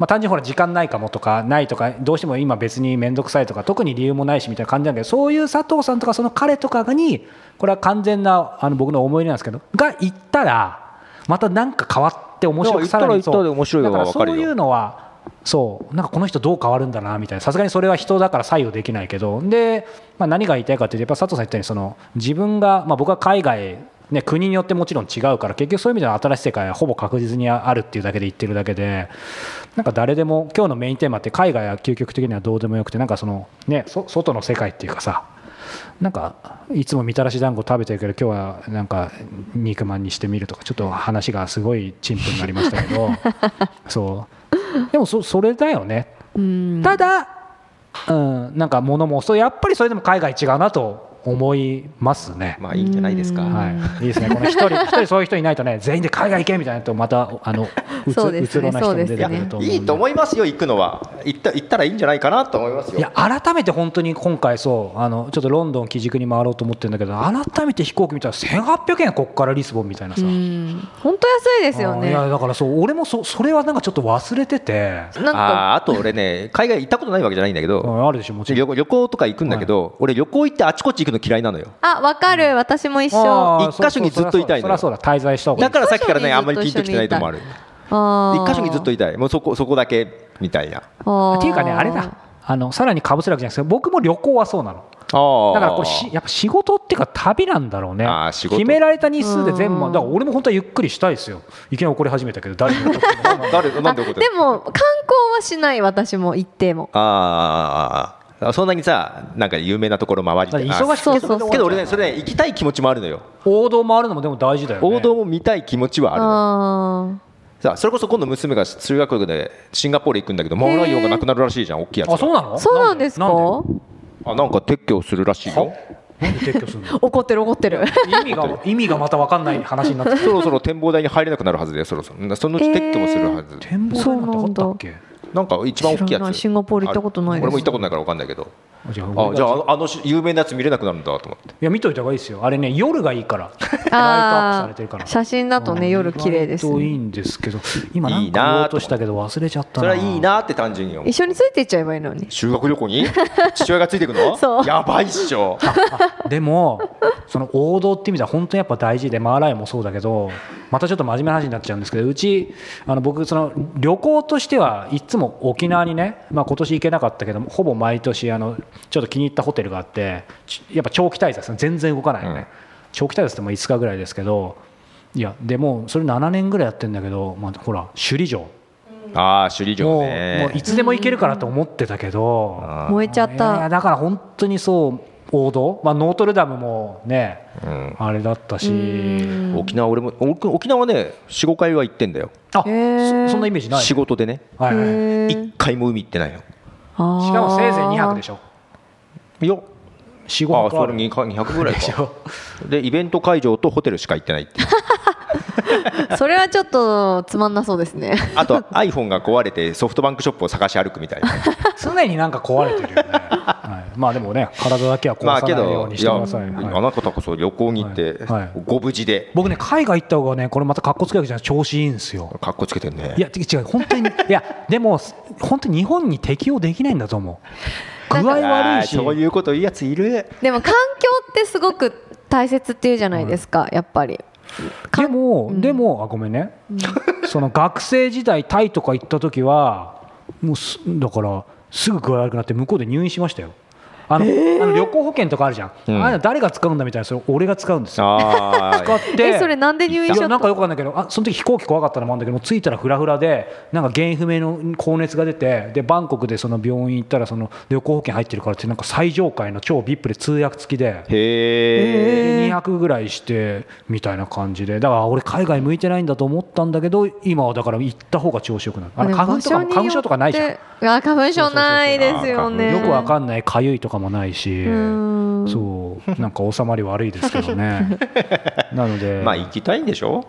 [SPEAKER 4] まあ、単純にほら時間ないかもとかないとかどうしても今別に面倒くさいとか特に理由もないしみたいな感じなんだけどそういう佐藤さんとかその彼とかにこれは完全なあの僕の思い入れなんですけどが行ったらまた何か変わって面白くさらに
[SPEAKER 3] いや行ったら行ったで面白い
[SPEAKER 4] だ
[SPEAKER 3] の
[SPEAKER 4] か
[SPEAKER 3] は
[SPEAKER 4] ら
[SPEAKER 3] 分か
[SPEAKER 4] そ
[SPEAKER 3] るよ
[SPEAKER 4] ういうのはそうなんかこの人どう変わるんだなみたいなさすがにそれは人だから左右できないけどで、まあ、何が言いたいかっていうとやっぱ佐藤さん言ったようにその自分が、まあ、僕は海外、ね、国によってもちろん違うから結局そういう意味では新しい世界はほぼ確実にあるっていうだけで言ってるだけでなんか誰でも今日のメインテーマって海外は究極的にはどうでもよくてなんかその、ね、そ外の世界っていうかさなんかいつもみたらし団子食べてるけど今日はなんか肉まんにしてみるとかちょっと話がすごい陳腐になりましたけ どそうでもそそれだよね
[SPEAKER 2] うん。
[SPEAKER 4] ただ、うん、なんか物もそうやっぱりそれでも海外違うなと思いますね。
[SPEAKER 3] まあいいんじゃないですか、
[SPEAKER 2] うん
[SPEAKER 4] はい、いいですね、この 一人、一人そういう人いないとね、全員で海外行けみたいなと、また、あの、うつ、
[SPEAKER 2] そうで
[SPEAKER 4] う
[SPEAKER 2] す
[SPEAKER 4] つ
[SPEAKER 2] ね
[SPEAKER 4] ろな人も出て
[SPEAKER 3] い
[SPEAKER 4] く
[SPEAKER 3] や
[SPEAKER 4] ると思うんで。
[SPEAKER 3] いいと思いますよ、行くのは行った、行ったらいいんじゃないかなと思いますよ。
[SPEAKER 4] いや改めて本当に今回そうあのちょっとロンドンを基軸に回ろうと思ってるんだけど改めて飛行機見たら1800円こっからリスボンみたいな
[SPEAKER 2] う
[SPEAKER 4] さ、
[SPEAKER 2] ん。本当安いですよ
[SPEAKER 4] あーい
[SPEAKER 2] ね。
[SPEAKER 4] やだからそう俺もそそれはなんかちょっと忘れてて
[SPEAKER 2] なんか
[SPEAKER 3] あーあと俺ね、海外行ったことないわけじゃないんだけ
[SPEAKER 4] う
[SPEAKER 3] ど、
[SPEAKER 4] んあるでしょもちろ
[SPEAKER 3] 旅
[SPEAKER 4] ん
[SPEAKER 3] 行旅行とか行くんだけど、俺、旅行行ってあちこち行くの嫌いなのよ。
[SPEAKER 2] あ、わかる。私も一緒。
[SPEAKER 4] あー
[SPEAKER 3] 一箇所にずっといたいのよ
[SPEAKER 4] そうそうそうそりゃそうだ滞在した方がい
[SPEAKER 3] だ
[SPEAKER 4] い
[SPEAKER 3] からさっきから
[SPEAKER 2] 一箇所に
[SPEAKER 3] ね、あんまりピンときてないともある。
[SPEAKER 2] あー
[SPEAKER 3] 一箇所にずっといたいもうそこそこだけみたいな
[SPEAKER 2] あー
[SPEAKER 4] っていうかねあれだあのさらにかぶせるわけじゃないですけど僕も旅行はそうなの
[SPEAKER 3] あ
[SPEAKER 4] だからこれしやっぱ仕事っていうか旅なんだろうね
[SPEAKER 3] あー仕事
[SPEAKER 4] 決められた日数で全部
[SPEAKER 2] う
[SPEAKER 4] だ
[SPEAKER 2] ん
[SPEAKER 4] から俺も本当はゆっくりしたいですよいきなり怒り始めたけど誰にも
[SPEAKER 3] 誰なんで怒
[SPEAKER 2] あ
[SPEAKER 3] って
[SPEAKER 2] でも観光はしない私も行っても
[SPEAKER 3] あーあーあーあーそんなにさなんか有名なところ回りたい
[SPEAKER 4] だから忙しくて
[SPEAKER 2] そうそうそう
[SPEAKER 3] けど俺ねそれね行きたい気持ちもあるのよ
[SPEAKER 4] 王道回るのもでも大事だよね
[SPEAKER 3] 王道も見たい気持ちはあるのよ
[SPEAKER 2] あ
[SPEAKER 3] さあそれこそ今度娘が修学旅行でシンガポール行くんだけどマーライオンがなくなるらしいじゃん大きいやつが
[SPEAKER 4] あそうな
[SPEAKER 2] あ
[SPEAKER 4] の
[SPEAKER 2] そうなんですか
[SPEAKER 4] なん
[SPEAKER 3] あなんか撤去するらしいよ
[SPEAKER 4] でなんで撤去す るの
[SPEAKER 2] 怒ってる怒ってる
[SPEAKER 4] 意味が意味がまた分かんない話になってき
[SPEAKER 3] そろそろ展望台に入れなくなるはずでそろそろそのうち撤去もするはず、
[SPEAKER 4] た展望台なんてあったっけ
[SPEAKER 3] なんか一番大きい
[SPEAKER 2] 知
[SPEAKER 3] や
[SPEAKER 2] らない
[SPEAKER 3] つ
[SPEAKER 2] シンガポール行ったことないです
[SPEAKER 3] あ俺も行ったことないから分かんないけど
[SPEAKER 4] あじゃあ
[SPEAKER 3] あじゃ
[SPEAKER 4] あい
[SPEAKER 3] ああのし有名なやつ見れなくなるんだと思って
[SPEAKER 4] や見といた方がいいですよあれね夜がいい からライトアップさ
[SPEAKER 2] あ
[SPEAKER 4] れてるから
[SPEAKER 2] ー写真だとね夜綺麗です
[SPEAKER 4] 意外といい
[SPEAKER 2] ね
[SPEAKER 4] んですけど今なんか言おうとしたけど忘れちゃった
[SPEAKER 3] それ
[SPEAKER 4] な
[SPEAKER 3] はいいなって単純に思う
[SPEAKER 2] 一緒についていっちゃえばいいのに
[SPEAKER 3] 修学旅 行に父親がついてくの
[SPEAKER 2] そう
[SPEAKER 3] やばいっし ょ
[SPEAKER 4] でもその王道って意味では本当にやっぱ大事でマーライオンもそうだけどまたちょっと真面目な話になっちゃうんですけどうちあの僕その旅行としてはいつも沖縄にね、まあ、今年行けなかったけどほぼ毎年あのちょっと気に入ったホテルがあってちやっぱ長期滞在ですね全然動かないよね、
[SPEAKER 3] うん
[SPEAKER 4] 長期滞在っても5日ぐらいですけどいやでもそれ7年ぐらいやってんだけど、まあ、ほら首里城
[SPEAKER 3] ああ首里城
[SPEAKER 4] もう
[SPEAKER 3] ね
[SPEAKER 4] もういつでも行けるからと思ってたけど。
[SPEAKER 3] あー
[SPEAKER 2] 燃えちゃっ
[SPEAKER 4] いや
[SPEAKER 2] た
[SPEAKER 4] だから本当にそう王道、まあ、ノートルダムもね
[SPEAKER 3] うん
[SPEAKER 4] あれだったし
[SPEAKER 2] うん
[SPEAKER 3] 沖縄俺も沖沖縄ね45回は行ってんだよ
[SPEAKER 4] あ
[SPEAKER 2] へー
[SPEAKER 4] そそんなイメージない
[SPEAKER 3] 仕事でね
[SPEAKER 4] はいはいし
[SPEAKER 2] へー
[SPEAKER 3] 一回も海行ってないの
[SPEAKER 2] あー
[SPEAKER 4] かもせいぜい2泊でしょ
[SPEAKER 3] よ
[SPEAKER 4] 45
[SPEAKER 3] ああ
[SPEAKER 4] 泊
[SPEAKER 3] そ
[SPEAKER 4] あ
[SPEAKER 3] れ
[SPEAKER 4] る
[SPEAKER 3] 2 0ぐらい
[SPEAKER 4] でし
[SPEAKER 3] か
[SPEAKER 4] ょ
[SPEAKER 3] でイベント会場とホテルしか行ってないっ ていう
[SPEAKER 2] それはちょっとつまんなそうですね
[SPEAKER 3] あと iPhone が壊れてソフトバンクショップを探し歩くみたいな
[SPEAKER 4] 常になんか壊れてるよね、はい、まあでもね体だけは壊
[SPEAKER 3] まあ
[SPEAKER 4] さない
[SPEAKER 3] け
[SPEAKER 4] よう
[SPEAKER 3] ど
[SPEAKER 4] にし
[SPEAKER 3] い
[SPEAKER 4] て
[SPEAKER 3] や
[SPEAKER 4] く
[SPEAKER 3] あ
[SPEAKER 4] ださい、はい
[SPEAKER 3] なたこそ旅行に行って
[SPEAKER 4] はいはい
[SPEAKER 3] ご無事で
[SPEAKER 4] 僕ね海外行った方がねこれまたかっこつけわけじゃない調子いいんですよ
[SPEAKER 3] かっこつけてんね
[SPEAKER 4] いや違う違う本当にいやでも本当に日本に適応できないんだと思 う具合悪いし
[SPEAKER 3] あーそういうこと言うやついる
[SPEAKER 2] でも環境ってすごく大切っていうじゃないですかやっぱり
[SPEAKER 4] でも、でもあごめんね、 その学生時代タイとか行った時はもうすだからすぐ具合悪くなって向こうで入院しましたよあの、あの旅行保険とかあるじゃん、
[SPEAKER 3] うん
[SPEAKER 4] ああいうの誰が使うんだみたいなそれ俺が使うんですよ
[SPEAKER 3] あ
[SPEAKER 4] 使っ
[SPEAKER 3] あ
[SPEAKER 4] て
[SPEAKER 2] えそれなんで入院し
[SPEAKER 4] い
[SPEAKER 2] ちゃ
[SPEAKER 4] や
[SPEAKER 2] った
[SPEAKER 4] なんかよくわかんないけどあその時飛行機怖かったのもあるんだけどもう着いたらフラフラでなんか原因不明の高熱が出てでバンコクでその病院行ったらその旅行保険入ってるからってなんか最上階の超 VIP で通訳付きで
[SPEAKER 3] へえ
[SPEAKER 4] で200ぐらいしてみたいな感じでだから俺海外向いてないんだと思ったんだけど今はだから行った方が調子よくなるあの
[SPEAKER 2] でも
[SPEAKER 4] 花粉とか
[SPEAKER 2] 場所によ
[SPEAKER 4] 花粉症とかないじゃん
[SPEAKER 2] ってあ花粉症ないですよね
[SPEAKER 4] よくわかんないかゆいとかもないし
[SPEAKER 2] うん
[SPEAKER 4] そうなんか収まり悪いですけど ねなので、
[SPEAKER 3] まあ行きたいんでしょ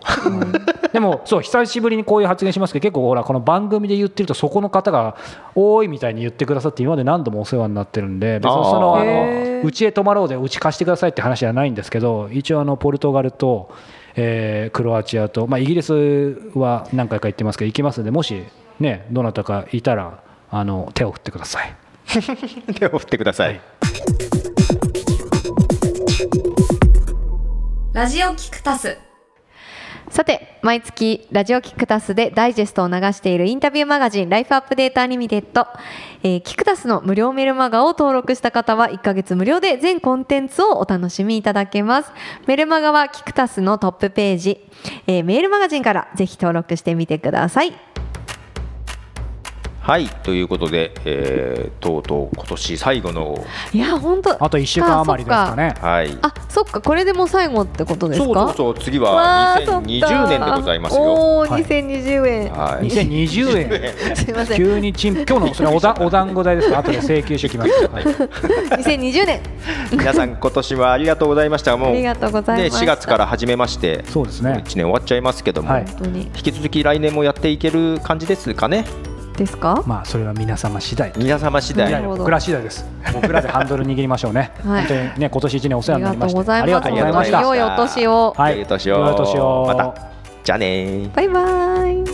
[SPEAKER 4] でもそう久しぶりにこういう発言しますけど結構ほらこの番組で言ってるとそこの方が「おーい」みたいに言ってくださって今まで何度もお世話になってるんで別にその
[SPEAKER 3] あー
[SPEAKER 4] あ
[SPEAKER 2] へ
[SPEAKER 4] の
[SPEAKER 2] ー
[SPEAKER 4] うちへ泊まろうでうち貸してくださいって話じゃないんですけど一応あのポルトガルと、えークロアチアと、まあ、イギリスは何回か行ってますけど行きますんでもしねどなたかいたらあの手を振ってください。
[SPEAKER 3] 手を振ってください
[SPEAKER 2] ラジオキクタスさて毎月ラジオキクタスでダイジェストを流しているインタビューマガジン「ライフアップデータリミテッド」えーキクタスの無料メルマガを登録した方は1ヶ月無料で全コンテンツをお楽しみいただけますメルマガはキクタスのトップページ、えーメールマガジンからぜひ登録してみてください
[SPEAKER 3] はいということで、えーとうとう今年最後の
[SPEAKER 2] いや本当
[SPEAKER 4] あと1週間余りですかね。
[SPEAKER 3] はい
[SPEAKER 2] あそっかこれでもう最後ってことですか
[SPEAKER 3] そうそうそう次
[SPEAKER 2] わ
[SPEAKER 3] は
[SPEAKER 2] ーそっか
[SPEAKER 3] 2020年でございますよ
[SPEAKER 2] おお
[SPEAKER 4] はい
[SPEAKER 2] 2020円、
[SPEAKER 3] はい
[SPEAKER 4] 2020円
[SPEAKER 2] すいません
[SPEAKER 4] 急にチン今日のそれおだお団子代ですか後で請求してきます。はい
[SPEAKER 2] 2020年
[SPEAKER 3] 皆さん今年はありがとうございましたもう
[SPEAKER 2] ありがとうございました
[SPEAKER 3] ね、4月から始めまして
[SPEAKER 4] そうですね
[SPEAKER 3] 1年終わっちゃいますけども、
[SPEAKER 4] はい
[SPEAKER 2] 本当に
[SPEAKER 3] 引き続き来年もやっていける感じですかね
[SPEAKER 2] ですか
[SPEAKER 4] まあそれは皆様次第。
[SPEAKER 3] 皆様次第、
[SPEAKER 4] いや
[SPEAKER 2] なるほど
[SPEAKER 4] 僕ら次 第です。僕らでハンドル握りましょうね。
[SPEAKER 2] はい
[SPEAKER 4] 本当にね今年一年お世
[SPEAKER 2] あ
[SPEAKER 4] 話
[SPEAKER 2] り
[SPEAKER 4] にな
[SPEAKER 2] が
[SPEAKER 4] り
[SPEAKER 2] とう
[SPEAKER 4] まし
[SPEAKER 2] ご
[SPEAKER 4] た。
[SPEAKER 2] ざいます
[SPEAKER 4] ありがとうございまし
[SPEAKER 2] 本当に良いお年を
[SPEAKER 4] た。はい。
[SPEAKER 3] 良いお年を
[SPEAKER 4] 良いお年を
[SPEAKER 3] またじゃあねー
[SPEAKER 2] バイバイ